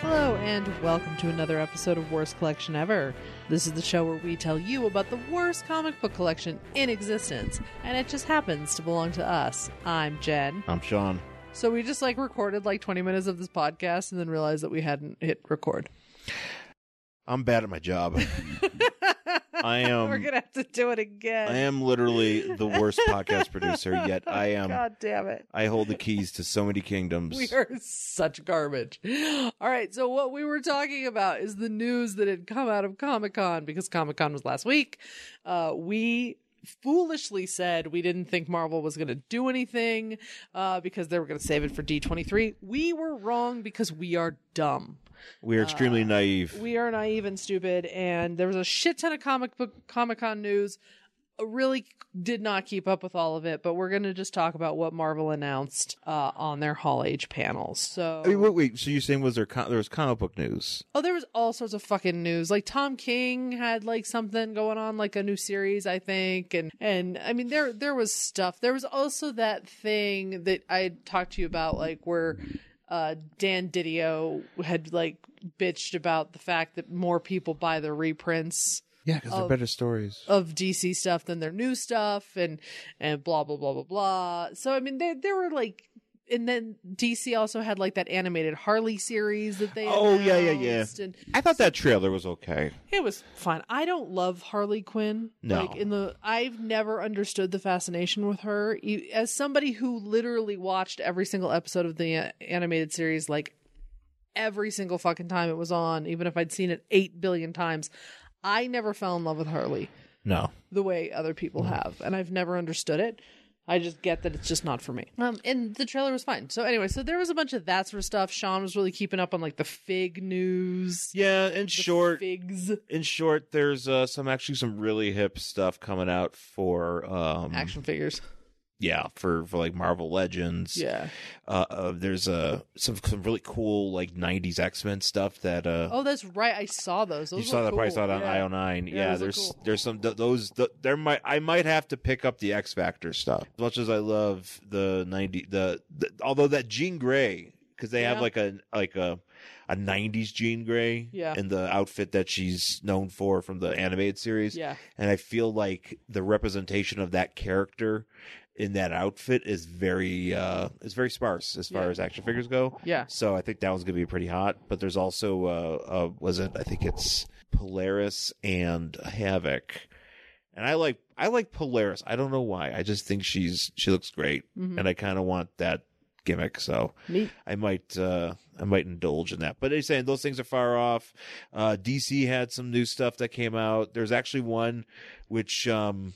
Hello, and welcome to another episode of Worst Collection Ever. This is the show where we tell you about the worst comic book collection in existence, and it just happens to belong to us. I'm Jen. I'm Sean. So we just like recorded like 20 minutes of this podcast and then realized that we hadn't hit record. I'm bad at my job. I am. We're going to have to do it I again. am literally the worst podcast producer yet. I am. Oh, God damn it. I hold the keys to so many kingdoms. We are such garbage. All right, so what we were talking about is the news that had come out of Comic Con because Comic Con was last week. Uh, we foolishly said we didn't think Marvel was going to do anything uh, because they were going to save it for D23. We were wrong because we are dumb. We are extremely naive. We are naive and stupid, and there was a shit ton of comic book Comic Con news. I Really did not keep up with all of it, but we're going to just talk about what Marvel announced uh, on their Hall H panels. So, Wait, wait, wait. So you're saying was there com- there was comic book news? Oh, there was all sorts of fucking news. Like Tom King had like something going on, like a new series, I think, and and I mean there there was stuff. There was also that thing that I had talked to you about, like where uh, Dan Didio had like bitched about the fact that more people buy the reprints Yeah, because they're better stories. of DC stuff than their new stuff and and blah blah blah blah blah. So I mean they there were like and then DC also had like that animated Harley series that they Oh, yeah, yeah, yeah. announced and I thought that trailer was okay. it was fun. I don't love Harley Quinn. No. Like in the I've never understood the fascination with her E- as somebody who literally watched every single episode of the a- animated series like every single fucking time it was on even if I'd seen it 8 billion times. I never fell in love with Harley No. the way other people Mm. have, and I've never understood it. I just get that it's just not for me. Um, and the trailer was fine. So anyway, so there was a bunch of that sort of stuff. Sean was really keeping up on like the fig news, Yeah, in short, figs, in short, there's uh, some actually some really hip stuff coming out for um, action figures. yeah for for like Marvel Legends. Yeah. uh, uh there's uh, some some really cool like '90s X Men stuff that uh, Oh, that's right. I saw those. those you saw were that probably cool. saw that on Yeah. IO nine. Yeah, those are there's cool. there's some th- those th- there might I might have to pick up the X Factor stuff. As much as I love the ninety the, the although that Jean Grey because they Yeah. have like a like a a nineties Jean Grey Yeah. in the outfit that she's known for from the animated series. Yeah. and I feel like the representation of that character in that outfit is very uh is very sparse as far Yeah. as action figures go. Yeah. So I think that one's gonna be pretty hot. But there's also uh, uh was it I think it's Polaris and Havoc. And I like I like Polaris. I don't know why. I just think she's she looks great Mhm. and I kinda want that gimmick, so Neat. I might uh I might indulge in that. But they saying those things are far off. Uh DC had some new stuff that came out. There's actually one which um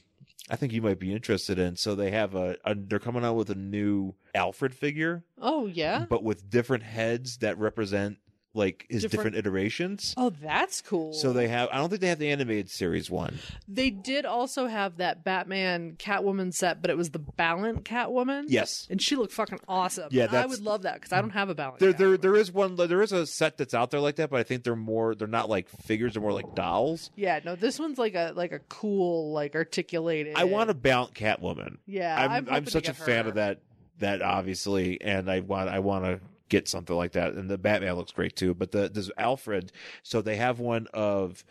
I think you might be interested in. So they have a, a they're coming out with a new Alfred figure Oh yeah. but with different heads that represent like his Different- different, iterations. Oh, that's cool. So they have. I don't think they have the animated series one. they did also have that Batman Catwoman set, but it was the Ballant Catwoman. Yes. And she looked fucking awesome. Yeah, I that's- would love that because I don't have a Ballant. There, there, there is one. There is a set that's out there like that, but I think they're more. They're not like figures. They're more like dolls. Yeah, no, this one's like a like a cool, like articulated. I want to balance Catwoman. Yeah, I'm, I'm, I'm hoping to such a get fan her. of that. That obviously, and I want. I want to get something like that. And the Batman looks great too. But the this Alfred. So they have one of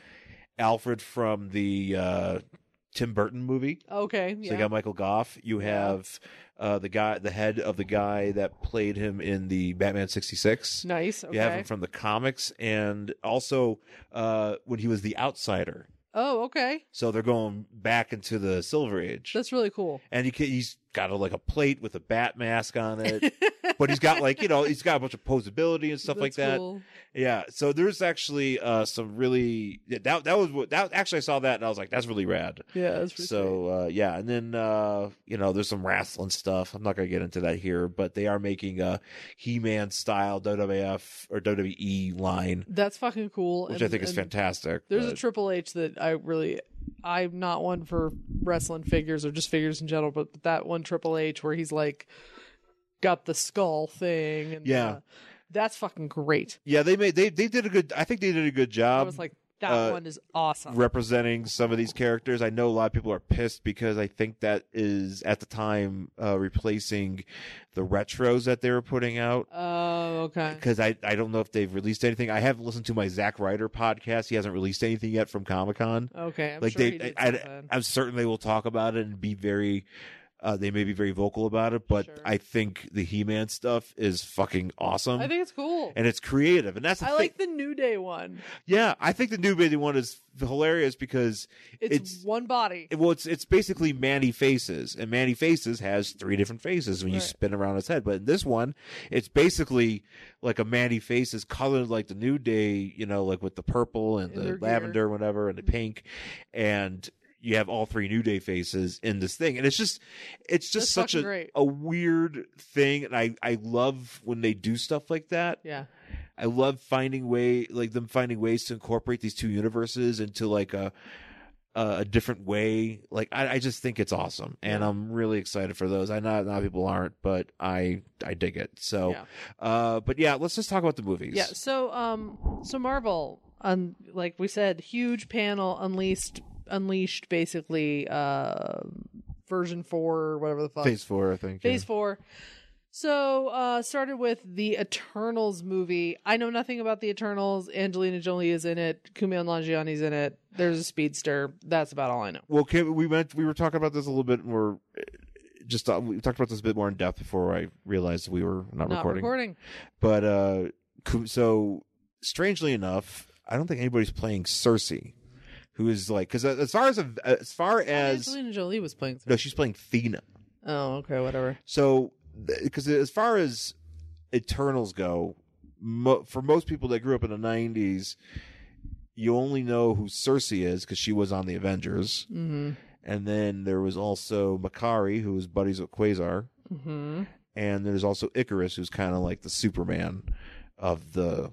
Alfred from the uh Tim Burton movie. Okay, So yeah. you got Michael Goff. You have uh, the guy, the head of the guy that played him in the Batman '66. nice. Mm, Okay. You have him from the comics, and also uh, when he was the Outsider. oh, okay. So they're going back into the Silver Age, That's really cool. and he, ca- he's got a, like a plate with a bat mask on it, but he's got like you know he's got a bunch of posability and stuff like That's that. cool. Yeah, so there's actually uh, some really yeah, that that was what that actually I saw that and I was like that's really rad. Yeah, that's pretty sweet. So uh, yeah, and then uh, you know there's some wrestling stuff. I'm not gonna get into that here, but they are making a He-Man style WWF or WWE line, that's fucking cool. which I and- think is and fantastic. There's a but- Triple H that I really, I'm not one for wrestling figures or just figures in general, but, that one Triple H where he's like got the skull thing. And Yeah. the- that's fucking great. yeah, they made they they did a good. I think they did a good I job. was like, That Uh, one is awesome. representing some of these characters. I know a lot of people are pissed because I think that is at the time uh, replacing the retros that they were putting out. oh, okay. Because I, I don't know if they've released anything. I haven't listened to my Zack Ryder podcast. He hasn't released anything yet from Comic Con. Okay. I'm Like sure he they, did I, something. I, am certain they will talk about it and be very. Uh, they may be very vocal about it, but Sure. I think the He-Man stuff is fucking awesome, I think it's cool. and it's creative, and that's the I thing. like the New Day one. yeah, I think the New Baby one is hilarious because It's, It's- one body. It- well it's it's basically manny faces and manny faces has three different faces when you Right. spin around his head but in this one it's basically like a manny face is colored like the new day you know like with the purple and In the their gear. Mm-hmm. lavender whatever and the pink and you have all three new day faces in this thing and it's just it's just That's such fucking a Oh. great. a weird thing and i i love when they do stuff like that yeah. I love finding way like them finding ways to incorporate these two universes into like a a a different way. Like I, I just think it's awesome, and I'm really excited for those. I know a lot of people aren't, but I I dig it. So, Yeah. uh, but yeah, let's just talk about the movies. Yeah. So um so Marvel on like we said, huge panel unleashed unleashed basically uh version four or whatever the fuck. Phase four, I think. Phase four. So uh started with the Eternals movie. I know nothing about the Eternals. Angelina Jolie is in it, Kumail Nanjiani's in it, there's a speedster. That's about all I know. Well, Kim, we went we were talking about this a little bit more. Just uh, we talked about this a bit more in depth before I realized we were not, Not recording. recording. But uh, Kum- so strangely enough, I don't think anybody's playing Cersei, who is like because as far as as far as Angelina Jolie was playing. no, she's playing Thena. Oh, okay, whatever. So because as far as Eternals go, mo- for most people that grew up in the '90s, you only know who Cersei is because she was on the Avengers, Mm-hmm. and then there was also Makari, who was buddies with Quasar. Mm-hmm. and there's also Icarus, who's kind of like the Superman of the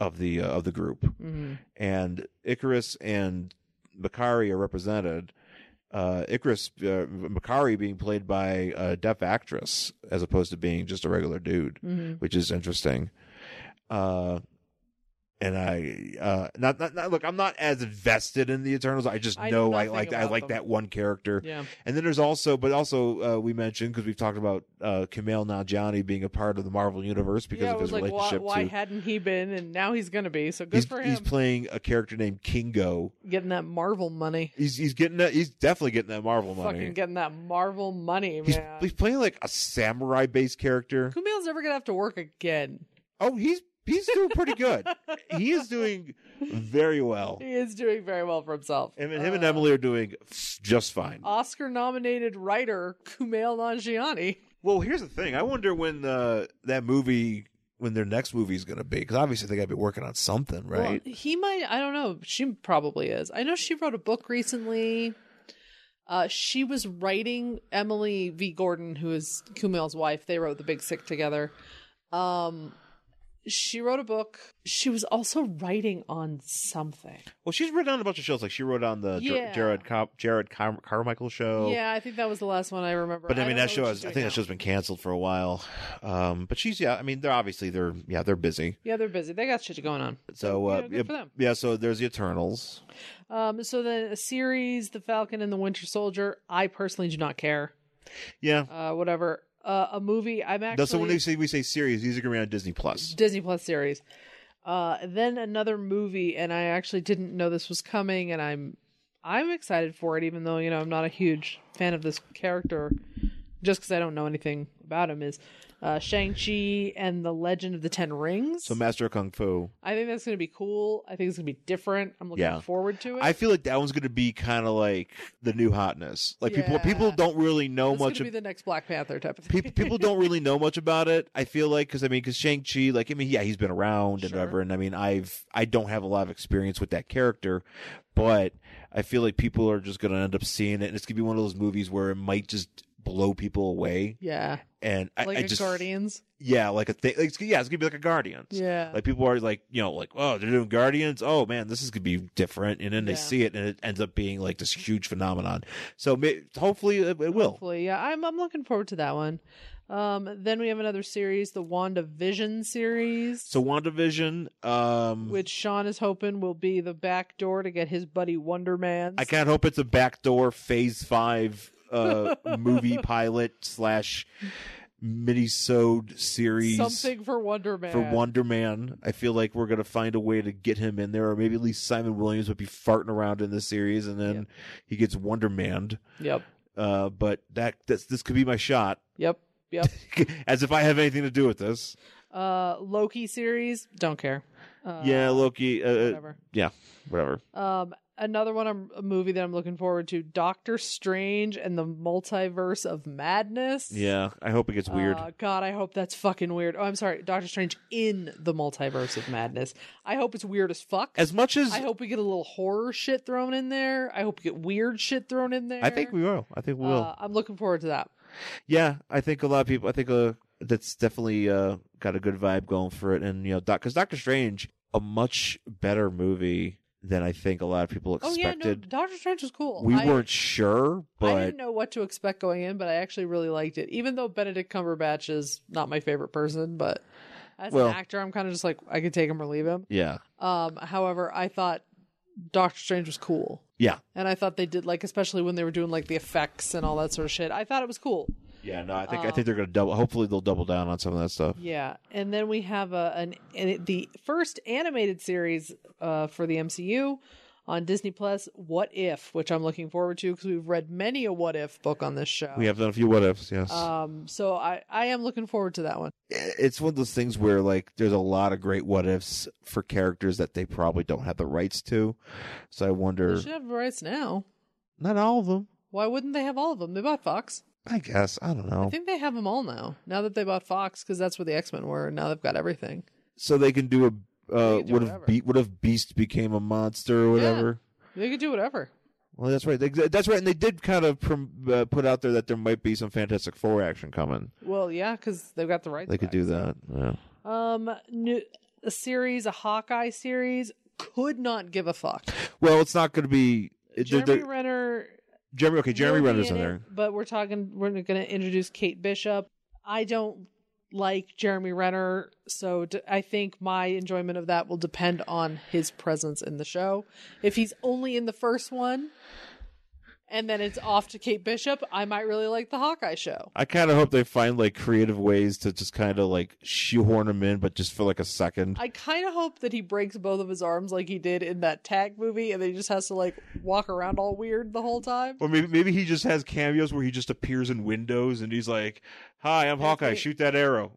of the uh, of the group. Mm-hmm. And Icarus and Makari are represented. Uh, Icarus uh, Makari being played by a deaf actress as opposed to being just a regular dude, Mm-hmm. which is interesting. Uh, and I uh, not, not not look, I'm not as invested in the Eternals. I just I know know I nothing like I about like them. that one character. Yeah. And then there's also, but also uh, we mentioned because we've talked about uh, Kumail Nanjiani being a part of the Marvel universe because yeah, of it was his like, why, relationship why to. hadn't he been? And now he's going to be. So good He's, for he's him. playing a character named Kingo. getting that Marvel money. He's he's getting that. He's definitely getting that Marvel money. Fucking getting that Marvel money, He's, man. he's playing like a samurai based character. Kumail's never going to have to work again. Oh, he's he's doing pretty good. he is doing very well. He is doing very well for himself. Him and him and Uh, Emily are doing f- just fine. Oscar nominated writer Kumail Nanjiani. Well, here's the thing. I wonder when the that movie when their next movie is going to be because obviously they got to be working on something, right? Well, he might. I don't know. She probably is. I know she wrote a book recently. Uh, she was writing Emily V. Gordon, who is Kumail's wife. They wrote The Big Sick together. Um, she wrote a book. She was also writing on something. Well, she's written on a bunch of shows. Like she wrote on the Ger- Yeah. Jared Com- Jared Car- Carmichael show. Yeah, I think that was the last one I remember. Oh. But I mean don't know that show what has she's I doing think now. that show's been canceled for a while. Um but she's yeah, I mean they're obviously they're yeah, they're busy. Yeah, they're busy. They got shit going on. So uh yeah, good for yeah, them. yeah, so there's the Eternals. Um, so the series, The Falcon and the Winter Soldier. I personally do not care. Yeah. Uh, whatever. Uh, a movie. I'm actually. That's so when they say we say series, these are going to be on Disney Plus. Disney Plus series. Uh, then another movie, and I actually didn't know this was coming, and I'm I'm excited for it, even though you know I'm not a huge fan of this character, just because I don't know anything about him. Is uh, Shang Chi and the Legend of the Ten Rings? So Master of Kung Fu. I think that's going to be cool. I think it's going to be different. I'm looking Yeah. forward to it. I feel like that one's going to be kind of like the new hotness. Like people Yeah. people don't really know It's going much to of be the next Black Panther type of thing. people, people don't really know much about it. I feel like because I mean, because Shang Chi, like I mean, yeah, he's been around and Sure. whatever. And I mean, I've I don't have a lot of experience with that character, but I feel like people are just gonna end up seeing it, and it's gonna be one of those movies where it might just blow people away. yeah, And I, like I a just Guardians. yeah, like a thing. Like, it's- yeah, it's gonna be like a Guardians. Yeah, Like people are like, you know, like, oh, they're doing Guardians. Oh man, this is gonna be different. And then they Yeah. see it, and it ends up being like this huge phenomenon. So may- hopefully it, it will. Hopefully, yeah. I'm I'm looking forward to that one. Um, then we have another series, the WandaVision series, So WandaVision, um, which Sean is hoping will be the back door to get his buddy Wonder Man. I kind of hope it's a backdoor Phase Five uh, movie pilot slash minisode series something for Wonder Man. for Wonder Man. I feel like we're gonna find a way to get him in there, or maybe at least Simon Williams would be farting around in this series, and then Yep. he gets Wonder Manned. Yep. Uh, but that that's, this could be my shot, Yep. Yep. as if I have anything to do with this. uh, Loki series. Don't care. Uh, yeah, Loki. Uh, Whatever. whatever. Um, another one, I'm, a movie that I'm looking forward to: Doctor Strange and the Multiverse of Madness. Yeah, I hope it gets weird. Uh, God, I hope that's fucking weird. Oh, I'm sorry, Doctor Strange in the Multiverse of Madness. I hope it's weird as fuck. as much as I hope we get a little horror shit thrown in there. I hope we get weird shit thrown in there. I think we will. I think we will. Uh, I'm looking forward to that. yeah, I think a lot of people. I think uh, that's definitely uh, got a good vibe going for it, and you know, because Doctor Strange, a much better movie than I think a lot of people Oh yeah, no, expected. Doctor Strange was cool. we I- weren't sure, I but didn't know what to expect going in, but I actually really liked it. Even though Benedict Cumberbatch is not my favorite person, but as Well- an actor, I'm kind of just like I could take him or leave him. yeah, Um, however, I thought Doctor Strange was cool. Yeah. and I thought they did like, especially when they were doing like the effects and all that sort of shit. I thought it was cool. yeah. No, I think I Um, think they're gonna double. Hopefully, they'll double down on some of that stuff. Yeah, and then we have a, an, an the first animated series uh, for the MCU on Disney Plus, What If, which I'm looking forward to because we've read many a What If book on this show. We have done a few what ifs. Yes, Um, so I I am looking forward to that one. it's one of those things where like there's a lot of great what ifs for characters that they probably don't have the rights to. So I They wonder, should have rights now. not all of them. Why wouldn't they have all of them? They bought Fox. I guess I don't know. I think they have them all now. Now that they bought Fox, because that's where the X Men were. And now they've got everything. so they can do a uh, They can do what if whatever. Be- what if Beast became a monster or whatever. They could do whatever. Well, that's right. They, that's right, and they did kind of prom- uh, put out there that there might be some Fantastic Four action coming. Well, yeah, because they've got the rights. They could do that. Yeah. that. Um, new a series, a Hawkeye series. Could not give a fuck. Well, it's not going to be it- they're- Jeremy they're- Renner. Jeremy. Okay, Jeremy will be Renner's in it, there. But we're talking. We're going to introduce Kate Bishop. I don't like Jeremy Renner, so d- I think my enjoyment of that will depend on his presence in the show. If he's only in the first one, and then it's off to Kate Bishop, I might really like the Hawkeye show. I kind of hope they find like creative ways to just kind of like shoehorn him in, but just for like a second. I kind of hope that he breaks both of his arms like he did in that tag movie, and then he just has to like walk around all weird the whole time. Or maybe maybe he just has cameos where he just appears in windows and he's like, "Hi, I'm Hawkeye. me. Shoot that arrow."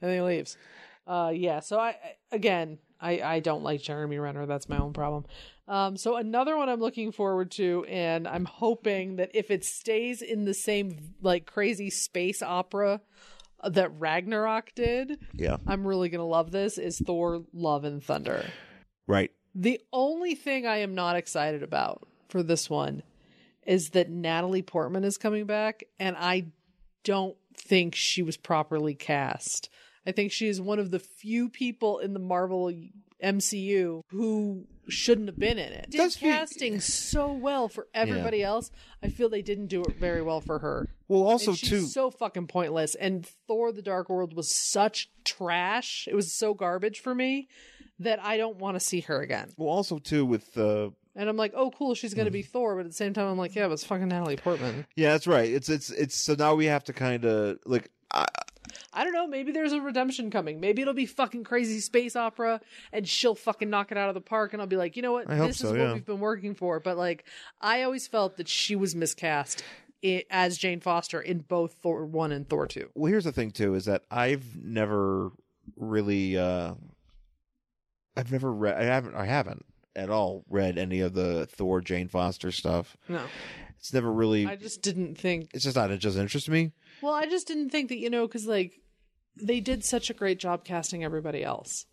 and then he leaves. Uh, yeah. So I I- again, I I don't like Jeremy Renner. That's my own problem. Um, so another one I'm looking forward to, and I'm hoping that if it stays in the same like crazy space opera that Ragnarok did, Yeah. I'm really gonna love this. Is Thor: Love and Thunder? Right. The only thing I am not excited about for this one is that Natalie Portman is coming back, and I don't think she was properly cast. I think she is one of the few people in the Marvel MCU who shouldn't have been in it. Did Does fe- casting so well for everybody else. I feel they didn't do it very well for her. Well, So also she's too. so fucking pointless. And Thor: The Dark World was such trash. It was so garbage for me that I don't want to see her again. Well, also too with uh, And I'm like, oh, cool, she's gonna Mm. be Thor, but at the same time, I'm like, yeah, but it's fucking Natalie Portman. yeah, that's right. It's it's it's so now we have to kind of like I, I don't know. Maybe there's a redemption coming. Maybe it'll be fucking crazy space opera, and she'll fucking knock it out of the park. And I'll be like, you know what? I hope this so, is yeah. what we've been working for. But like, I always felt that she was miscast i as Jane Foster in both Thor one and Thor two. well, here's the thing too is that I've never really uh I've never read I haven't I haven't at all read any of the Thor Jane Foster stuff. No, It's never really. I just didn't think. it's just not. It doesn't interest me. Well, I just didn't think that you know because like they did such a great job casting everybody else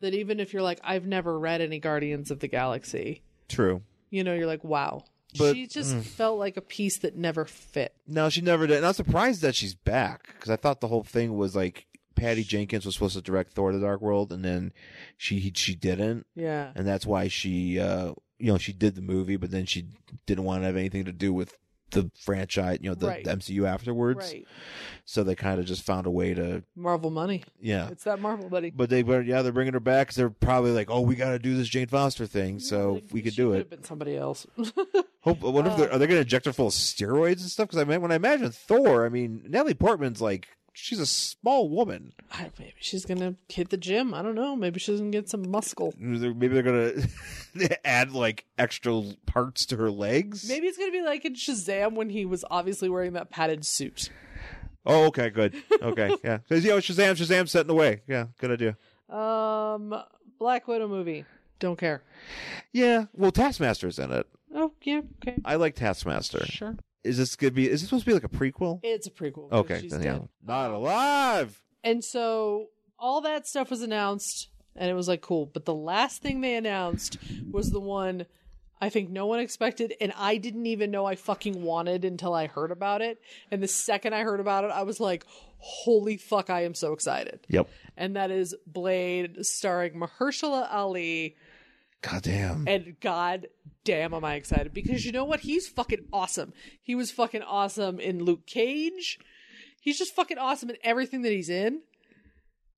that even if you're like, I've never read any Guardians of the Galaxy, True. you know, you're like, wow. But- Mm. she just felt like a piece that never fit. No, she never did. And I'm surprised that she's back because I thought the whole thing was like Patty Jenkins was supposed to direct Thor: The Dark World, and then she she didn't. Yeah. and that's why she uh you know she did the movie but then she didn't want to have anything to do with the franchise, you know, the, Right. the MCU afterwards. Right. So they kind of just found a way to, Marvel money. yeah. It's that Marvel money. But they, but yeah, they're bringing her back. they they're probably like, oh, we got to do this Jane Foster thing, so Like, we could she uh, do could've it. Been somebody else. Hope. I wonder if they're, are they going to inject her full of steroids and stuff? Because I mean, when I imagine Thor, I mean, Natalie Portman's like, she's a small woman. I- maybe she's gonna hit the gym. I don't know. Maybe she's gonna get some muscle. They're- Maybe they're going to add like extra parts to her legs. Maybe it's gonna be like in Shazam when he was obviously wearing that padded suit. Oh, okay, good. Okay, yeah. Because you know, Shazam, Shazam, set in the way. Yeah, good idea. Um, Black Widow movie. Don't care. Yeah. Well, Taskmaster's in it. Oh yeah, okay, I like Taskmaster. sure. Is this gonna be? Is this supposed to be like a prequel? It's a prequel. 'cause Okay, she's then, yeah. dead. Not alive. And so all that stuff was announced, and it was like cool. But the last thing they announced was the one I think no one expected, and I didn't even know I fucking wanted until I heard about it. And the second I heard about it, I was like, holy fuck, I am so excited. Yep. And that is Blade starring Mahershala Ali. Goddamn. And god damn am I excited because you know what? He's fucking awesome. He was fucking awesome in Luke Cage. He's just fucking awesome in everything that he's in.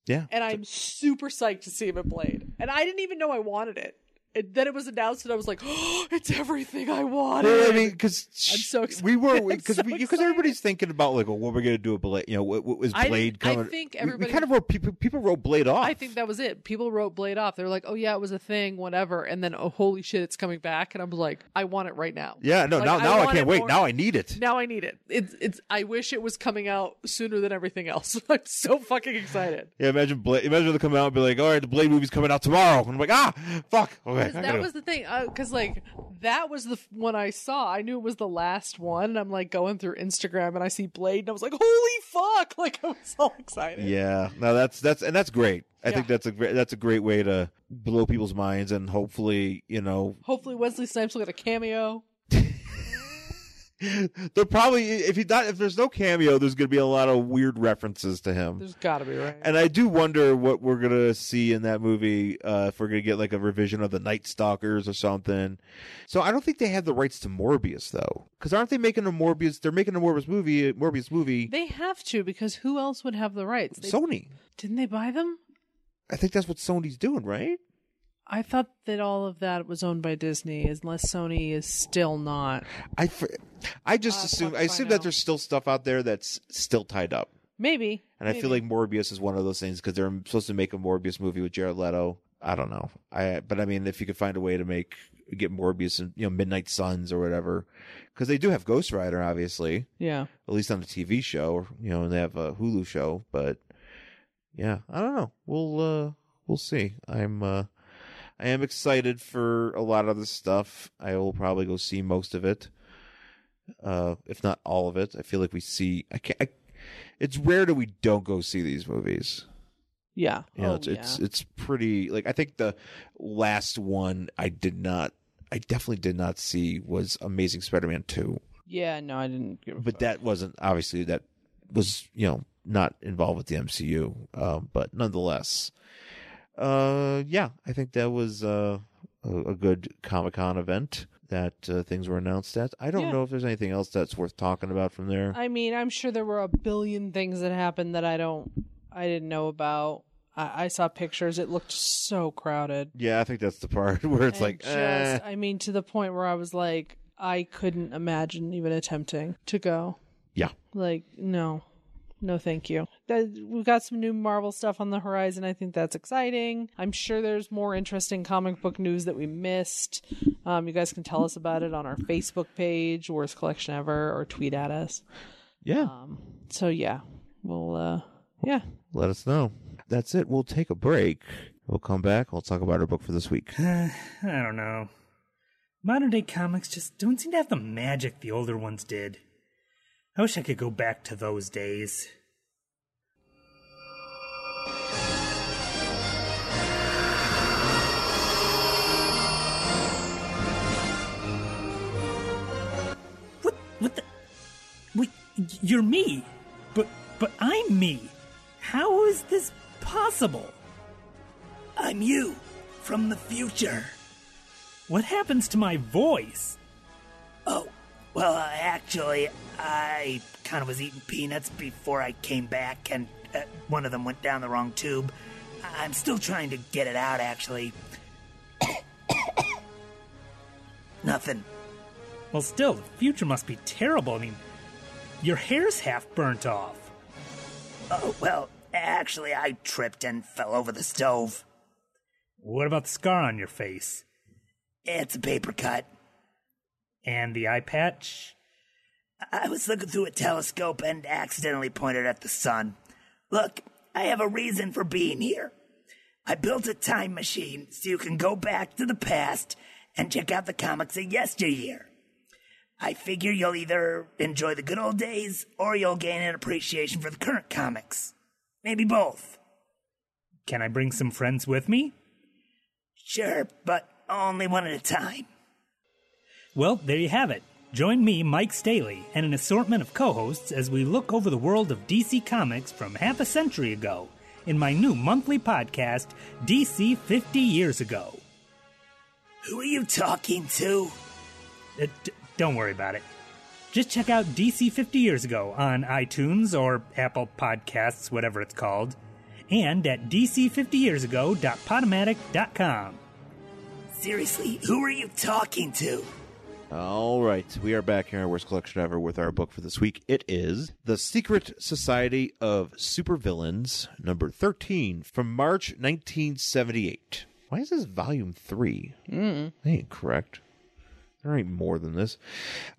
Yeah. And I'm super psyched to see him in Blade. And I didn't even know I wanted it. And then it was announced and I was like, oh, it's everything I wanted. Well, I mean, because I'm so excited. we were I'm because so because everybody's thinking about like, well, what we're gonna do with Blade? You know, what, what was I Blade didn't- I coming? think We- we, everybody- kind of wrote people, people wrote Blade off. I think that was it. People wrote Blade off. They were like, oh yeah, it was a thing, whatever. And then, oh, holy shit, it's coming back. And I'm like, I want it right now. Yeah. No. Like, now I now I wanted can't wait. more. Now I need it. Now I need it. It's it's I wish it was coming out sooner than everything else. I'm so fucking excited. Yeah, imagine Blade. Imagine they come out and be like, "All right, the Blade movie's coming out tomorrow," and I'm like, "Ah, fuck." Okay, I Because gotta- that was the thing. Because like that was the f- one I saw. I knew it was the last one. And I'm like going through Instagram and I see Blade and I was like, holy fuck! Like I was all excited. yeah. No, that's that's and that's great. I think Yeah. that's a great that's a great way to blow people's minds and hopefully you know Hopefully Wesley Snipes will get a cameo. they're probably if he not if there's no cameo there's gonna be a lot of weird references to him. There's got to be right. And I do wonder what we're gonna see in that movie. Uh, if we're gonna get like a revision of the Night Stalkers or something. So I don't think they have the rights to Morbius though, because aren't they making a Morbius? They're making a Morbius movie. Morbius movie. they have to because who else would have the rights? They, Sony. didn't they buy them? I think that's what Sony's doing, right? I thought that all of that was owned by Disney, unless Sony is still not. I, fr- I just Uh, assume fuck I if I assume that know. there's still stuff out there that's still tied up, Maybe. and I feel like Morbius is one of those things because they're supposed to make a Morbius movie with Jared Leto. I don't know. I but I mean, if you could find a way to make get Morbius and you know Midnight Suns or whatever, because they do have Ghost Rider, obviously, Yeah. at least on the TV show, or, you know, and they have a Hulu show. But yeah, I don't know. We'll uh, we'll see. I'm uh, I am excited for a lot of this stuff. I will probably go see most of it, uh, if not all of it. I feel like we see. I can't. I, it's rare that we don't go see these movies. Yeah. You know, Oh, it's, it's it's pretty like I think the last one I did not I definitely did not see was Amazing Spider-Man 2 yeah. Yeah. No, I didn't. Give a but that wasn't obviously that was you know not involved with the MCU, um, but nonetheless, uh, yeah, I think that was uh, a, a good Comic Con event that uh, things were announced at. I don't Yeah. know if there's anything else that's worth talking about from there. I mean, I'm sure there were a billion things that happened that I don't, I didn't know about. I, I saw pictures. It looked so crowded. yeah, I think that's the part where it's And like, just, eh. I mean, to the point where I was like, I couldn't imagine even attempting to go. Yeah. Like, no, no, thank you. That, we've got some new Marvel stuff on the horizon. I think that's exciting. I'm sure there's more interesting comic book news that we missed. Um, you guys can tell us about it on our Facebook page, Worst Collection Ever, or tweet at us. yeah, Um, so yeah, we'll uh, yeah, let us know. That's it. We'll take a break. We'll come back. We'll talk about our book for this week. Uh, I don't know. Modern day comics just don't seem to have the magic the older ones did. I wish I could go back to those days. What? What the? Wait, y- you're me, but but I'm me. How is this possible? I'm you from the future. What happens to my voice? Oh, Well, uh, actually, I kind of was eating peanuts before I came back, and uh, one of them went down the wrong tube. I- I'm still trying to get it out, actually. Nothing. Well, still, the future must be terrible. I mean, your hair's half burnt off. Oh, well, actually, I tripped and fell over the stove. What about the scar on your face? It's a paper cut. And the eye patch? I was looking through a telescope and accidentally pointed at the sun. Look, I have a reason for being here. I built a time machine so you can go back to the past and check out the comics of yesteryear. I figure you'll either enjoy the good old days or you'll gain an appreciation for the current comics. Maybe both. Can I bring some friends with me? Sure, but only one at a time. Well, there you have it. Join me, Mike Staley, and an assortment of co hosts as we look over the world of DC Comics from half a century ago in my new monthly podcast, DC 50 Years Ago. Who are you talking to? Uh, don't worry about it. Just check out DC 50 Years Ago on iTunes or Apple Podcasts, whatever it's called, and at dc50yearsago.podomatic.com. Seriously, who are you talking to? All right, we are back here in our worst collection ever with our book for this week. It is The Secret Society of Supervillains, number 13 from March 1978. Why is this volume 3? Mm. That ain't correct. There ain't more than this.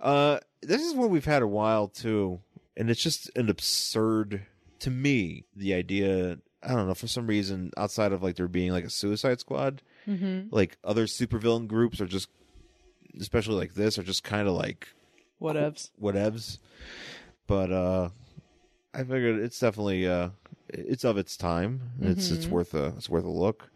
Uh, this is one we've had a while too, and it's just an absurd to me the idea. I don't know for some reason outside of like there being like a Suicide Squad, like other supervillain groups are just, especially like this, are just kind of like Whatevs. whatevs. But uh, I figured it's definitely uh, it's of its time. It's it's worth a it's worth a look.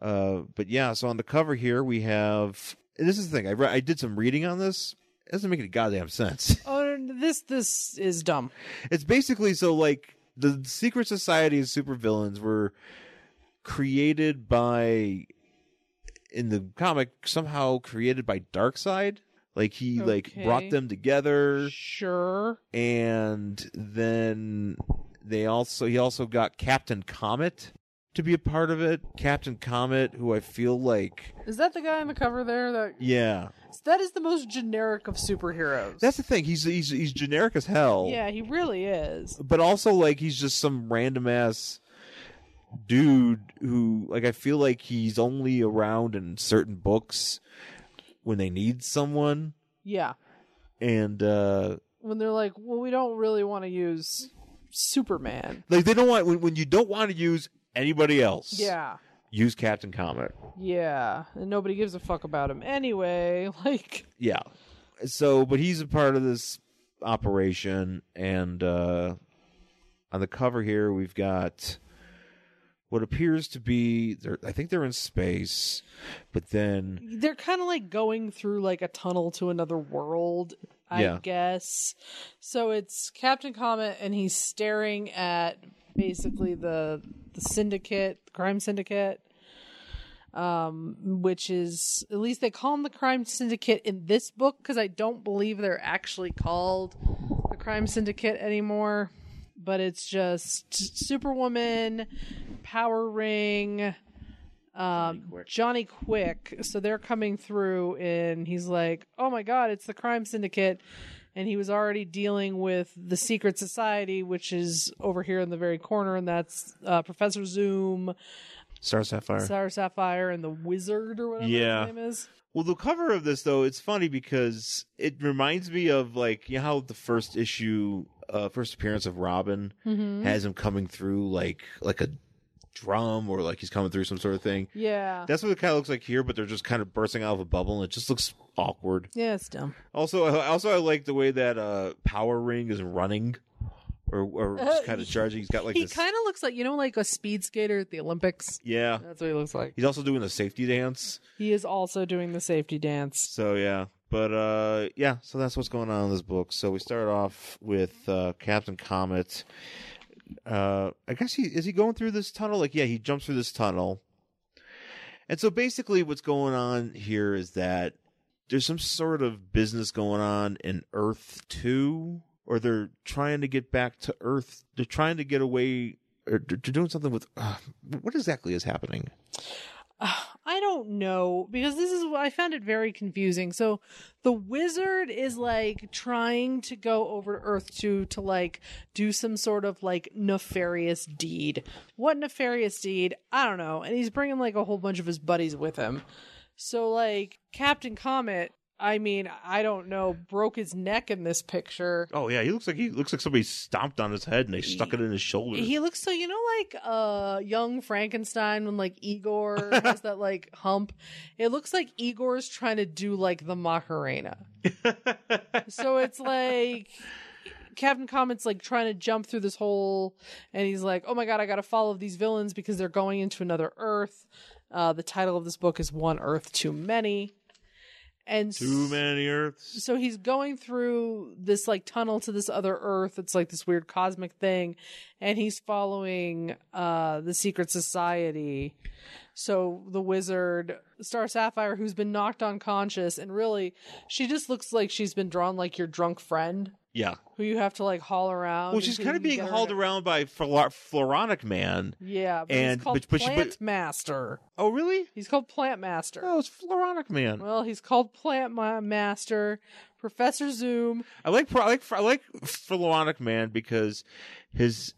Uh, but yeah, so on the cover here we have. And this is the thing. I re- I did some reading on this. It doesn't make any goddamn sense. Oh, this this is dumb. It's basically so like the secret society of supervillains were created by in the comic somehow created by Darkseid. Like he like brought Okay. them together Sure. and then they also he also got Captain Comet to be a part of it. Captain Comet, who I feel like Is that the guy on the cover there? That yeah. that is the most generic of superheroes. That's the thing. He's he's he's generic as hell. yeah, he really is. but also like he's just some random ass dude who like I feel like he's only around in certain books when they need someone Yeah. and uh When they're like, well, we don't really want to use Superman. like they don't want when, when you don't want to use anybody else Yeah. use Captain Comet Yeah. And nobody gives a fuck about him anyway. Like, yeah so but he's a part of this operation and uh on the cover here we've got what appears to be they're, I think they're in space but then they're kind of like going through like a tunnel to another world i Yeah. guess so it's captain comet and he's staring at basically the the syndicate crime syndicate um which is at least they call them the crime syndicate in this book because i don't believe they're actually called the crime syndicate anymore but it's just superwoman power ring um, Johnny Quick. So they're coming through, and he's like, "Oh my God, it's the crime syndicate," and he was already dealing with the secret society, which is over here in the very corner, and that's uh, Professor Zoom, Star Sapphire. Sour Sapphire, and the Wizard or whatever Yeah. his name is. well, the cover of this though, it's funny because it reminds me of like you know how the first issue, uh, first appearance of Robin Mm-hmm. has him coming through like like a drum or like he's coming through some sort of thing. Yeah, That's what it kind of looks like here, but they're just kind of bursting out of a bubble, and it just looks awkward. yeah, it's dumb. Also, I- also I like the way that uh, Power Ring is running, or or just kind of charging. He's got like he this, kind of looks like you know, like a speed skater at the Olympics. yeah. That's what he looks like. He's also doing the safety dance. He is also doing the safety dance. So yeah, but uh, yeah, so that's what's going on in this book. So we start off with uh, Captain Comet. Uh, I guess he is he going through this tunnel? Like, yeah, he jumps through this tunnel. And so basically, what's going on here is that there's some sort of business going on in Earth 2, or they're trying to get back to Earth. They're trying to get away, or they're they're doing something with. Uh, what exactly is happening? I don't know because this is I found it very confusing. So the wizard is like trying to go over to Earth 2 to like do some sort of like nefarious deed. What nefarious deed? I don't know. And he's bringing like a whole bunch of his buddies with him. So like Captain Comet, I mean, I don't know, broke his neck in this picture. Oh yeah, he looks like he looks like somebody stomped on his head and they stuck it in his shoulder. He looks so you know like uh young Frankenstein when like Igor has that like hump. It looks like Igor's trying to do like the Macarena. so it's like Captain Comet's like trying to jump through this hole and he's like, "Oh my god, I got to follow these villains because they're going into another earth." Uh the title of this book is One Earth Too Many. And Too many Earths. so he's going through this like tunnel to this other earth it's like this weird cosmic thing and he's following uh the secret society so the wizard star sapphire who's been knocked unconscious and really she just looks like she's been drawn like your drunk friend Yeah. who you have to like haul around Well, she's until kind you of being get her hauled to- around by Flor- Floronic Man. yeah but and- he's called but- but she- but- plant master Oh really? he's called plant master No, it's Floronic Man. well he's called plant Ma- master professor zoom I like I like I like Philonic Man because his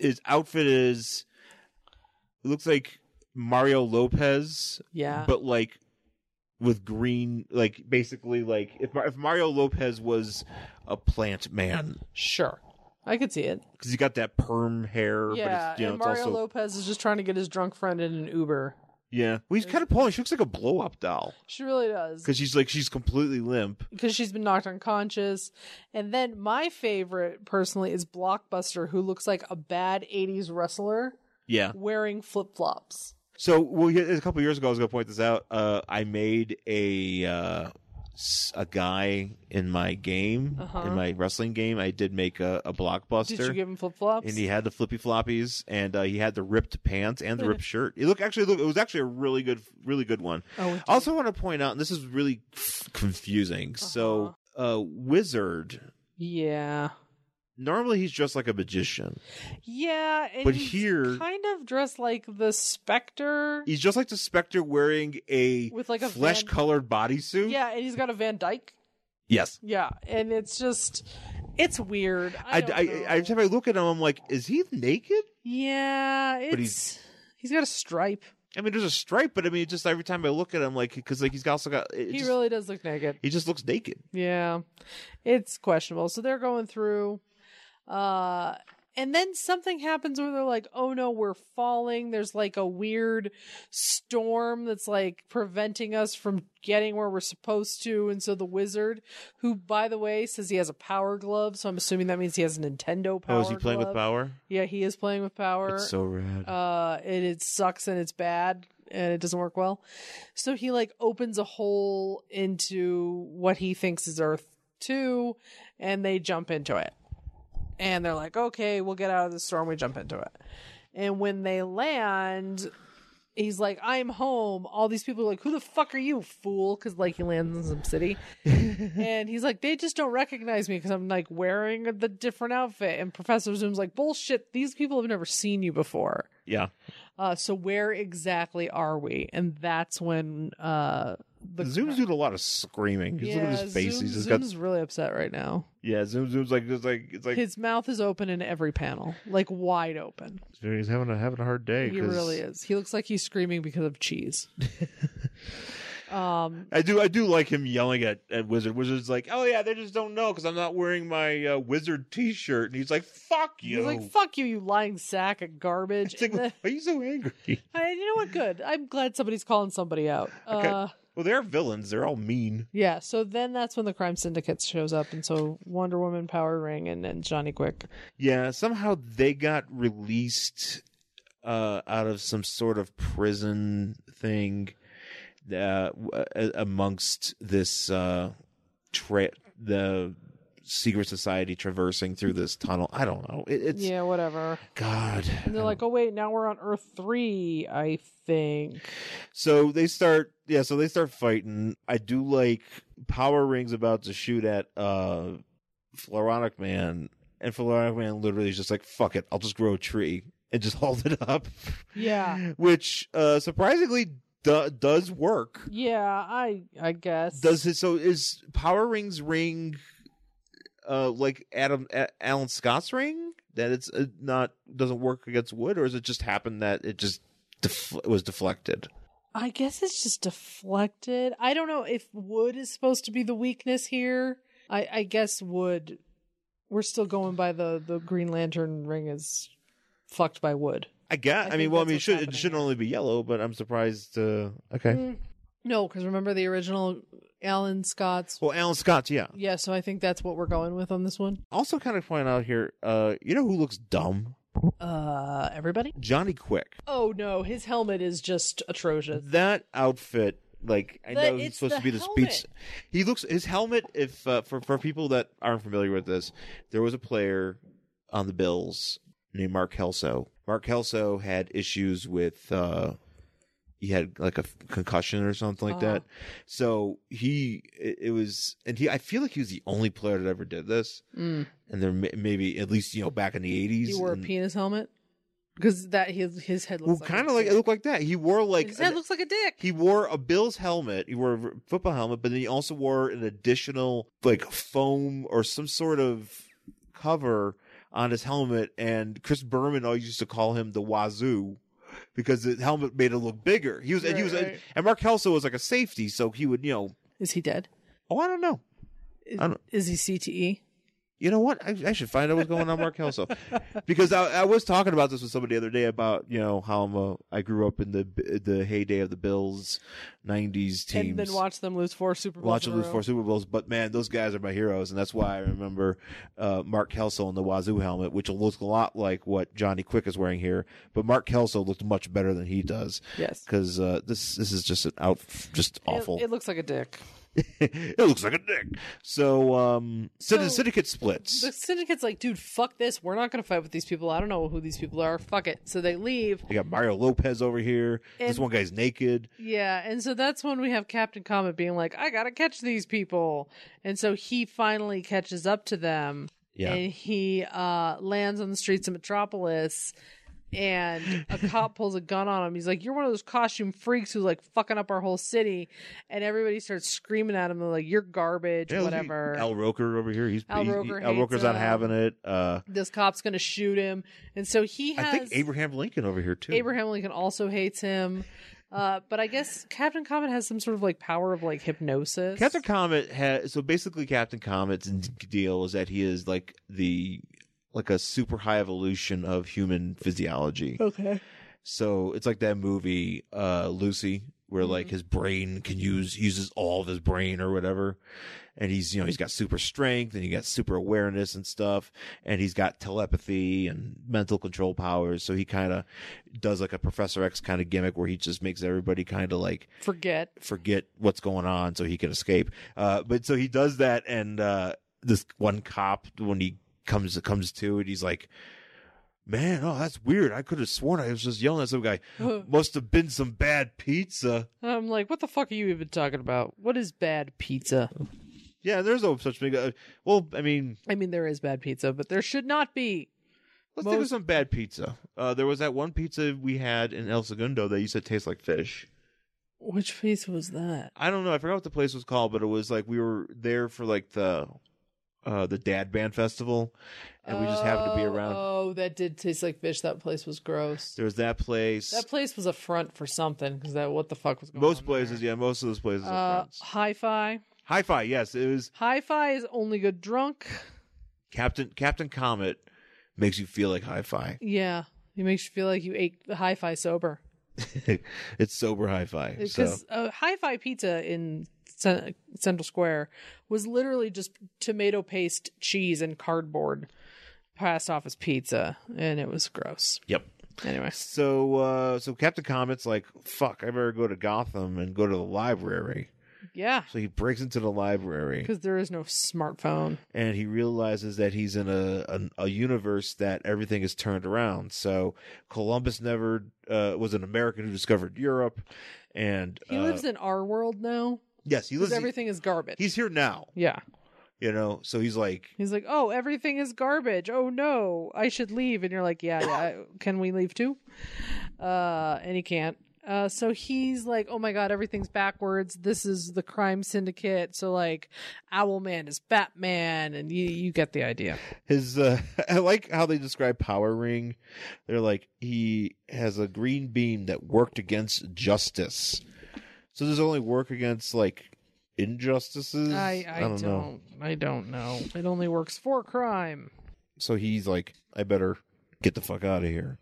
his outfit is it looks like Mario Lopez, yeah but like with green, like basically like if Mar- if Mario Lopez was a plant man sure i could see it because he got that perm hair, Yeah, but it's, you know, and it's Mario also Lopez is just trying to get his drunk friend in an Uber. yeah. Well, he's kind of pulling. She looks like a blow up doll She really does because she's like she's completely limp. because she's been knocked unconscious. And then my favorite personally is Blockbuster, who looks like a bad '80s wrestler Yeah. wearing flip flops. So, well, yeah, a couple years ago, I was going to point this out. Uh, I made a uh, s- a guy in my game, in my wrestling game. I did make a, a blockbuster, Uh-huh. Did you give him flip flops? and he had the flippy floppies, and uh, he had the ripped pants and the ripped shirt. It looked actually look, it was actually a really good, really good one. Oh, also, want to point out, and this is really confusing. So, Uh-huh. uh, wizard. yeah, Normally, he's dressed like a magician, yeah. And But he's here- kind of dressed like the Spectre. he's just like the specter wearing a With, like, a van- flesh colored bodysuit. Yeah, and he's got a Van Dyke. Yes. Yeah, and it's just, it's weird. I, I, don't I, know. I- every time I look at him, I'm like, is he naked? yeah, it's he's- he's got a stripe. I mean, there's a stripe, but I mean, just every time I look at him, like, because like he's also got it He just, really does look naked. he just looks naked. Yeah. It's questionable. So they're going through uh and then something happens where they're like, "Oh no, we're falling. There's like a weird storm that's like preventing us from getting where we're supposed to." And so the wizard, who by the way says he has a power glove, so I'm assuming that means he has a Nintendo power. oh, is he playing with glove. power? Yeah, he is playing with power It's so rad. uh it, it sucks and it's bad and it doesn't work well so he like opens a hole into what he thinks is earth 2 and they jump into it and they're like okay we'll get out of the storm we jump into it and when they land he's like i'm home all these people are like who the fuck are you fool because like he lands in some city and he's like, they just don't recognize me because I'm like wearing the different outfit. And Professor Zoom's like, bullshit, these people have never seen you before. yeah, Uh, so where exactly are we? And that's when uh, the Zoom's doing a lot of screaming. Just look at his face. Zoom- he's just got Zoom's really upset right now. yeah. Zoom Zoom's like it's like it's like His mouth is open in every panel, like wide open. he's having a having a hard day. He 'cause- really is. He looks like he's screaming because of cheese. um, I do I do like him yelling at, at Wizard. Wizard's like, oh yeah, they just don't know because I'm not wearing my uh, Wizard T-shirt, and he's like, fuck you. he's like, "Fuck you, you lying sack of garbage." It's like, And why then- are you so angry? I- you know what? Good. I'm glad somebody's calling somebody out. Okay. Uh, Well, they're villains. They're all mean. Yeah, so then that's when the crime syndicate shows up, and so Wonder Woman, Power Ring, and, and Johnny Quick. Yeah, somehow they got released uh, out of some sort of prison thing uh, w- a- amongst this uh, tra- the secret society traversing through this tunnel. I don't know. It, it's Yeah, whatever. God. And they're like, "Oh wait, now we're on Earth three, I think." So they start yeah, so they start fighting. I do like Power Ring's about to shoot at uh Floronic Man, and Floronic Man literally is just like, fuck it, I'll just grow a tree and just hold it up. Yeah. Which uh surprisingly do- does work. Yeah, I I guess. Does his so is Power Ring's ring uh like Adam A- Alan Scott's ring that it's uh, not doesn't work against wood or is it just happened that it just def- was deflected? I guess it's just deflected. I don't know if wood is supposed to be the weakness here. I I guess wood. We're still going by the the Green Lantern ring is fucked by wood. I guess. I I, mean, think well, I that's mean, it what's should it happening shouldn't here. only be yellow, but I'm surprised. Uh, okay. Mm. No, because remember the original Alan Scott's. Well, Alan Scott's, yeah. Yeah, so I think that's what we're going with on this one. Also, kind of point out here, uh, you know who looks dumb? Uh, everybody. Johnny Quick. Oh no, his helmet is just atrocious. That outfit, like I But know he's it's supposed the to be the helmet. speech. He looks his helmet. If uh, for for people that aren't familiar with this, there was a player on the Bills named Mark Kelso. Mark Kelso had issues with. Uh, he had like a f- concussion or something like Uh-huh. that. So he, it, it was, and he, I feel like he was the only player that ever did this. Mm. And there may, maybe at least, you know, back in the 80s. He wore a and- penis helmet because that his his head Well, looks like a kind of like, it dick. looked like that. He wore like, his head an- looks like a dick. he wore a Bills helmet. He wore a football helmet, but then he also wore an additional like foam or some sort of cover on his helmet. And Chris Berman always used to call him the Wazoo because the helmet made it look bigger. He was, and he Right, was, right. and Mark Kelso was like a safety, so he would, you know, Is he dead? oh, I don't know. Is, I don't- is he E? CTE? You know what? I, I should find out what's going on, with Mark Kelso, because I, I was talking about this with somebody the other day about you know how I'm a, I grew up in the the heyday of the Bills '90s teams. And then watch them lose four Super Bowls. watch in them a lose row. four Super Bowls, but man, those guys are my heroes, and that's why I remember uh, Mark Kelso in the Wazoo helmet, which looks a lot like what Johnny Quick is wearing here. But Mark Kelso looked much better than he does Yes. because uh, this this is just an out, just It- awful. It, looks like a dick. It looks like a dick. So, um, so, the So- syndicate splits. The syndicate's like, dude, fuck this. We're not going to fight with these people. I don't know who these people are. Fuck it. So they leave. You got Mario Lopez over here. this And- one guy's naked. Yeah. And so that's when we have Captain Comet being like, I got to catch these people. And so he finally catches up to them. Yeah. And he uh, lands on the streets of Metropolis. And a cop pulls a gun on him. He's like, You're one of those costume freaks who's like fucking up our whole city. And everybody starts screaming at him. They're like, You're garbage, Yeah, look at whatever. Al Roker over here. He's Al he- he- Roker Al hates Roker's not him. having it. Uh, this cop's going to shoot him. And so he has. I think Abraham Lincoln over here too. Abraham Lincoln also hates him. Uh, but I guess Captain Comet has some sort of like power of like hypnosis. Captain Comet has so basically Captain Comet's deal is that he is like the like a super high evolution of human physiology. Okay. So it's like that movie uh Lucy where like his brain can use uses all of his brain or whatever and he's you know he's got super strength and he got super awareness and stuff and he's got telepathy and mental control powers so he kind of does like a professor x kind of gimmick where he just makes everybody kind of like Forget. forget what's going on so he can escape. Uh, but so he does that, and uh, this one cop, when he comes comes to, and he's like, "Man, oh, that's weird. I could have sworn I was just yelling at some guy. Must have been some bad pizza." I'm like, what the fuck are you even talking about? What is bad pizza? Yeah, there's no such thing. Uh, well, I mean, I mean, there is bad pizza, but there should not be. let's think of Most- some bad pizza. Uh, there was that one pizza we had in El Segundo that used to taste like fish. Which pizza was that? I don't know. I forgot what the place was called, but it was like we were there for like the uh the dad band festival and we just happened to be Oh, around Oh, that did taste like fish. That place was gross. There was that place. That place was a front for something because that what the fuck was going on most there? places, yeah, most of those places are Uh, friends. hi-fi. Hi-Fi, yes, it was Hi-fi is only good drunk. Captain Captain Comet makes you feel like hi-fi. Yeah, it makes you feel like you ate hi-fi sober. it's sober hi-fi. So because uh, hi-fi pizza in Cen- central square was literally just tomato paste cheese and cardboard passed off as pizza and it was gross yep. anyway So uh so Captain Comet's like, "Fuck, I better go to Gotham and go to the library." yeah So he breaks into the library because there is no smartphone and he realizes that he's in a an, a universe that everything is turned around. So Columbus never uh, was an American who discovered Europe, And He uh, lives in our world now. yes, he 'cause lives. everything is garbage. he's here now, yeah. you know. So he's like, He's like, "Oh, everything is garbage. Oh no, I should leave." And you're like, "Yeah, yeah. I- Can we leave too?" Uh, and he can't. Uh, so he's like, "Oh my god, everything's backwards. This is the crime syndicate." So like, Owlman is Batman, and you you get the idea. His uh, I like how they describe Power Ring. They're like he has a green beam that worked against justice. So does it only work against like injustices? I I, don't, know. I don't know. It only works for crime. So he's like, I better get the fuck out of here.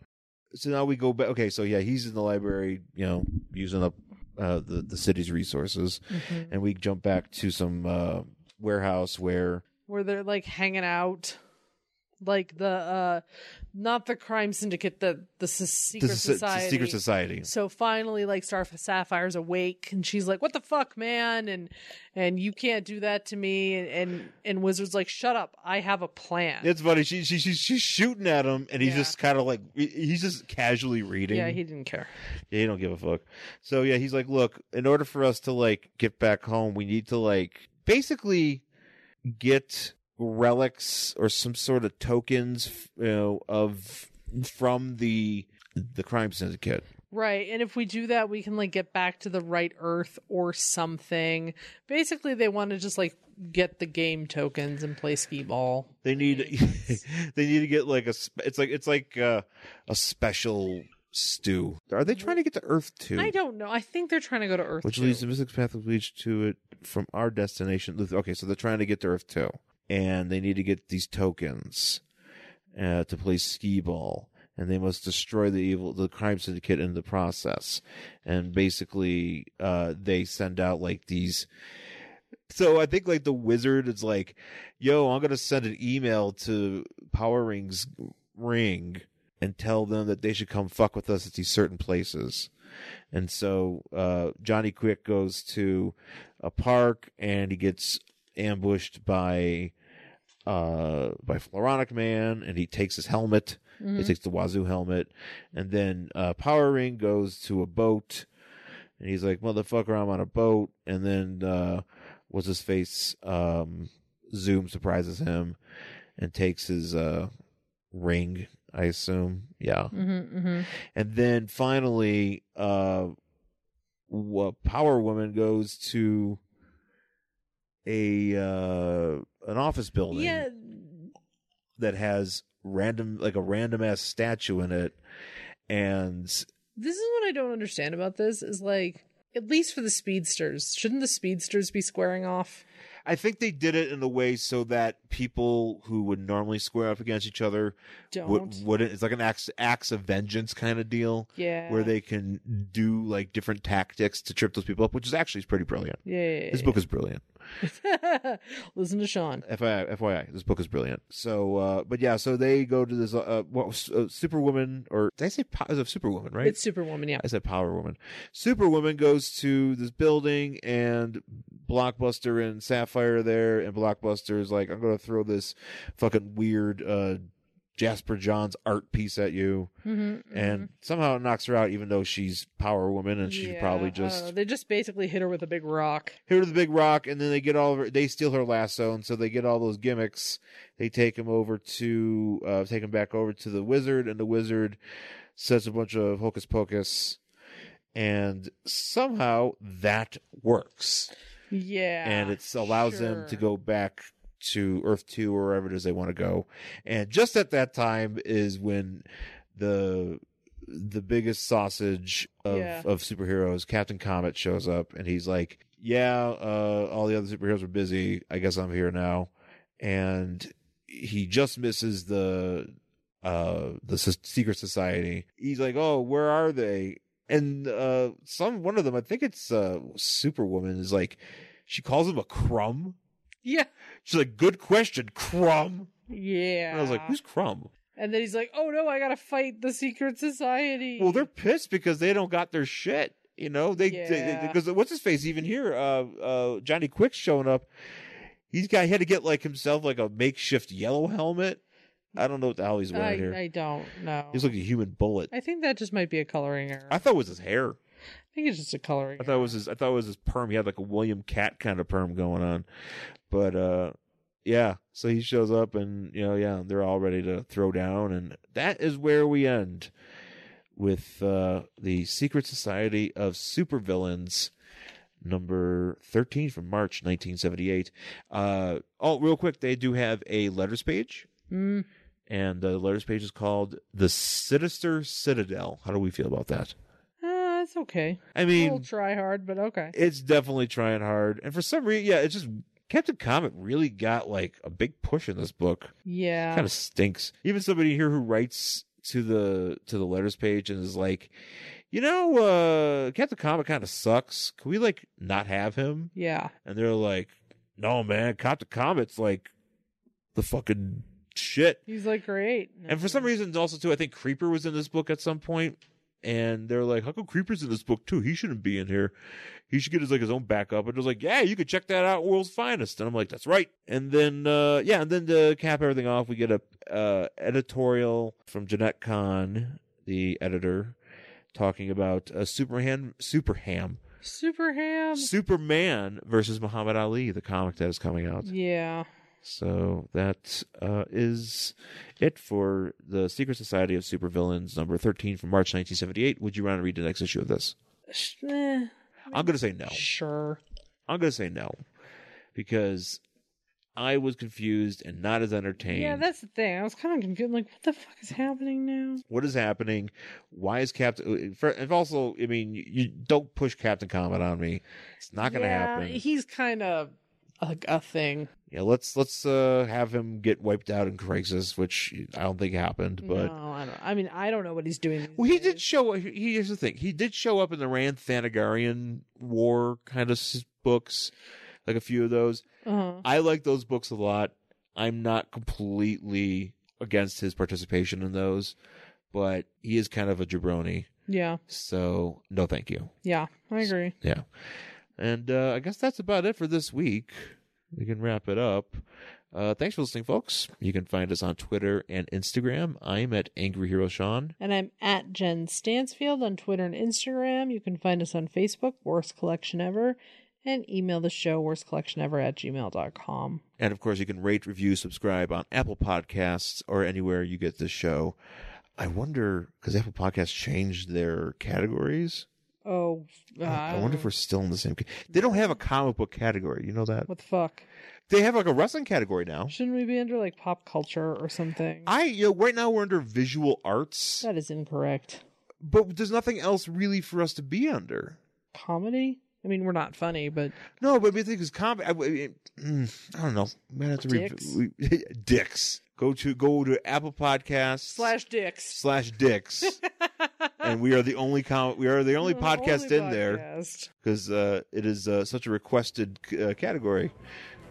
So now we go back. Okay, so yeah, he's in the library, you know, using up uh, the the city's resources, Mm-hmm. and we jump back to some uh, warehouse where Where they're like hanging out. Like the uh not the crime syndicate, the the s- secret this is a- society. it's a secret society. So finally, like Star Sapphire's awake, and she's like, "What the fuck, man?" and and you can't do that to me. And and, and Wizard's like, "Shut up! I have a plan." It's funny. She, she, she she's shooting at him, and he's Yeah. just kind of like he- he's just casually reading. yeah, he didn't care. Yeah, he don't give a fuck. So yeah, he's like, look, in order for us to like get back home, we need to like basically get relics or some sort of tokens, f- you know, of from the the crime syndicate. Right, and if we do that, we can like get back to the right Earth or something. Basically, they want to just like get the game tokens and play skee ball. They need they need to get like a sp- it's like it's like uh, a special stew. Are they trying to get to Earth too? I don't know. I think they're trying to go to Earth. Which too. leads the mystic path of leads to it from our destination. Luth- Okay, so they're trying to get to Earth too, and they need to get these tokens uh, to play skee ball, and they must destroy the evil, the crime syndicate in the process. And basically, uh, they send out like these. So I think like the wizard is like, "Yo, I'm gonna send an email to Power Ring's ring." And tell them that they should come fuck with us at these certain places. And so uh, Johnny Quick goes to a park and he gets ambushed by uh, by Floronic Man and he takes his helmet. He takes the Wazoo helmet. And then uh, Power Ring goes to a boat and he's like, motherfucker, I'm on a boat. And then uh, what's his face? Um, Zoom surprises him and takes his uh, ring, I assume. Yeah. Mm-hmm, mm-hmm. And then finally, uh, wha- Power Woman goes to a uh, an office building Yeah, that has random like a random ass statue in it, and this is what I don't understand about this is like at least for the speedsters, shouldn't the speedsters be squaring off? I think they did it in a way so that people who would normally square up against each other Don't. would, wouldn't. It's like an acts acts of vengeance kind of deal. yeah. Where they can do like different tactics to trip those people up, which is actually pretty brilliant. Yeah. yeah, yeah, This book is brilliant. yeah. Listen to Sean. FYI, FYI, this book is brilliant. So, uh, but yeah, so they go to this uh, what was, uh, Superwoman, or did I say po- it was a Superwoman, right? It's Superwoman, yeah. I said Power Woman. Superwoman goes to this building, and Blockbuster and Sapphire are there, and Blockbuster is like, "I'm gonna throw this fucking weird uh, Jasper Johns art piece at you," Mm-hmm. and somehow it knocks her out, even though she's Power Woman, and she should probably just uh, they just basically hit her with a big rock. here to the big rock, and then they get all of her, they steal her lasso, and so they get all those gimmicks. They take him over to uh, take him back over to the wizard, and the wizard says a bunch of hocus pocus, and somehow that works, Yeah. and it allows them sure. to go back to Earth Two or wherever it is they want to go. And just at that time is when the the biggest sausage of, Yeah. of superheroes, Captain Comet, shows up and he's like, Yeah, uh, all the other superheroes were busy. I guess I'm here now. And he just misses the uh the s- secret society. He's like, Oh, where are they? And uh some one of them, I think it's uh Superwoman, is like she calls him a crumb. Yeah. She's like, Good question, crumb. Yeah. And I was like, Who's crumb? and then he's like, oh no, I gotta fight the secret society. Well, they're pissed because they don't got their shit. You know, they Yeah. because what's his face even here? Uh, uh, Johnny Quick's showing up. He's got he had to get like himself like a makeshift yellow helmet. I don't know what the hell he's I, wearing here. I don't know. he's like a human bullet. I think that just might be a coloring error. I thought it was his hair. think it's just a coloring. I thought it was his. I thought it was his perm. He had like a William Cat kind of perm going on, but uh, yeah. So he shows up, and you know, yeah, they're all ready to throw down, and that is where we end with uh, the Secret Society of Supervillains. Number 13 from March 1978. Uh, oh, real quick, they do have a letters page, Mm, and the letters page is called The Sinister Citadel. How do we feel about that? uh, it's okay. I we mean, will try hard, but okay. it's definitely trying hard. And for some reason, yeah, it's just Captain Comet really got like a big push in this book. Yeah. Kind of stinks. Even somebody here who writes to the to the letters page and is like, you know, uh Captain Comet kind of sucks. Can we like not have him? yeah. And they're like, no, man, Captain Comet's like the fucking shit. He's like great. And for some Mm-hmm. reason, also too, I think Creeper was in this book at some point, and they're like, "How come Creeper's in this book too? He shouldn't be in here. He should get his like his own backup." And it was like, "Yeah, you could check that out, World's Finest." And I'm like, "That's right." And then, uh, yeah, and then to cap everything off, we get a uh, editorial from Jeanette Kahn, the editor, talking about uh, Superham, Superham, Super ham. Superman versus Muhammad Ali, the comic that is coming out. Yeah. So that uh, is it for the Secret Society of Supervillains, number 13 from March 1978. Would you want to read the next issue of this? Sh- eh, I'm going to say no. Sure. I'm going to say no because I was confused and not as entertained. Yeah, that's the thing. I was kind of confused. Like, what the fuck is happening now? what is happening? Why is Captain? for- And also, I mean, you, you don't push Captain Comet on me. It's not going to Yeah, happen. He's kind of like a thing. yeah, let's let's uh, have him get wiped out in Craigslist, which I don't think happened. But no, I don't. I mean, I don't know what he's doing. these Well, he days. did show. He, here's the thing: he did show up in the Rand Thanagarian War kind of s- books, like a few of those. Uh-huh. I like those books a lot. I'm not completely against his participation in those, but he is kind of a jabroni. Yeah, So no, thank you. yeah, I agree. Yeah, and uh, I guess that's about it for this week. We can wrap it up. Uh, thanks for listening, folks. You can find us on Twitter and Instagram. I'm at Angry Hero Sean. And I'm at Jen Stansfield on Twitter and Instagram. You can find us on Facebook, Worst Collection Ever, and email the show, worstcollectionever at gmail.com. And of course, you can rate, review, subscribe on Apple Podcasts or anywhere you get this show. I wonder because Apple Podcasts changed their categories. Oh, uh, I wonder if we're still in the same. ca- They don't have a comic book category. You know that What the fuck? they have like a wrestling category now. Shouldn't we be under like pop culture or something? I you know, right now we're under visual arts, that is incorrect. but there's nothing else really for us to be under. Comedy? I mean, we're not funny, but No, but I mean, the thing is, com- I, I mm, I don't know. Man, have to re- Dicks. we- dicks. Go to go to Apple Podcasts slash dicks. slash dicks. and we are the only com- we are the only The podcast in there podcast. because uh, it is uh, such a requested uh, category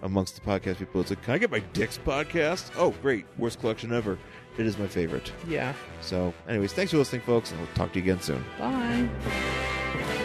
amongst the podcast people. It's like, can I get my dicks podcast? Oh, great, worst collection ever. It is my favorite. Yeah. So, anyways, thanks for listening, folks, and we'll talk to you again soon. Bye.